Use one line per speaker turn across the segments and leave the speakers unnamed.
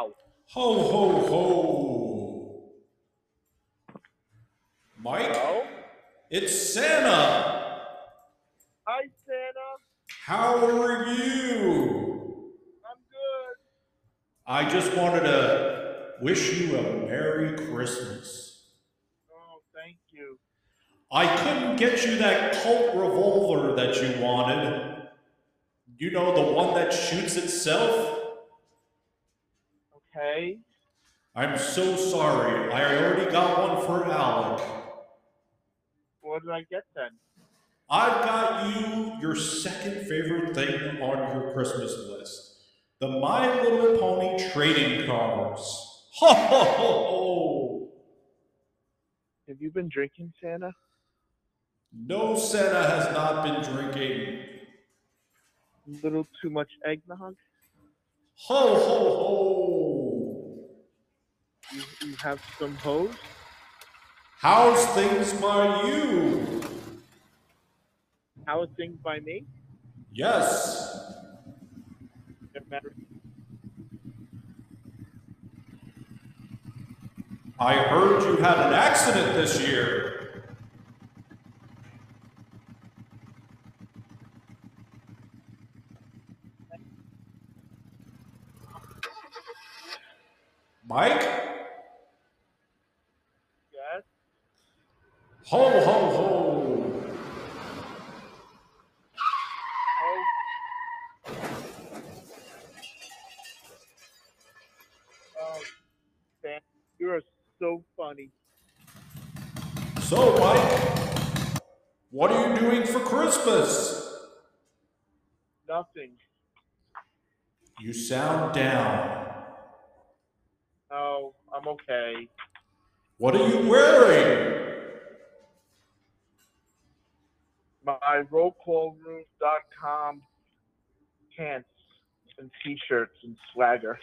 Ho, ho, ho. Mike,
Hello?
it's Santa.
Hi, Santa.
How are you?
I'm good.
I just wanted to wish you a Merry Christmas.
Oh, thank you.
I couldn't get you that Colt revolver that you wanted. You know, the one that shoots itself?
Okay.
I'm so sorry. I already got one for Alec.
What did I get then?
I've got you your second favorite thing on your Christmas list the My Little Pony trading cards. Ho, ho, ho, ho.
Have you been drinking, Santa?
No, Santa has not been drinking.
A little too much eggnog?
Ho, ho, ho.
You, you have some hose?
How's things by you?
How are things by me?
Yes.
They're married.
I heard you had an accident this year. Mike?
Yes.
Ho, ho, ho.
Oh, oh Santa, you are so funny.
So, Mike, what are you doing for Christmas?
Nothing.
You sound down.
Oh, I'm okay.
What are you wearing?
My rollcallroom.com pants and t-shirts and swagger.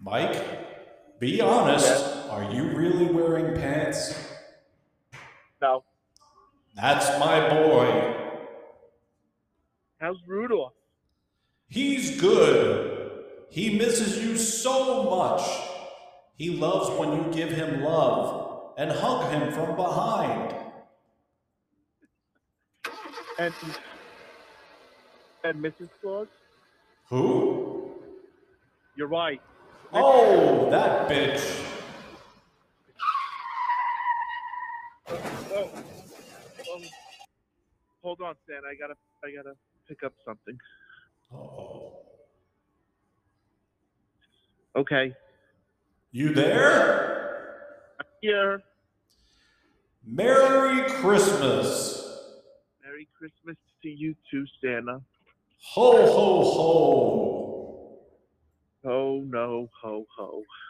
Mike, be honest. Are you really wearing pants?
No.
That's my boy.
How's Rudolph?
He's good. He misses you so much. He loves when you give him love and hug him from behind.
And and Mrs. Claus?
Who?
You're right.
Oh, that bitch.
Oh, um, hold on, Stan. I gotta I gotta pick up something.
Uh-oh.
Okay.
You there?
Here.
Merry Christmas.
Merry Christmas to you too, Santa.
Ho, ho, ho.
Ho no ho ho.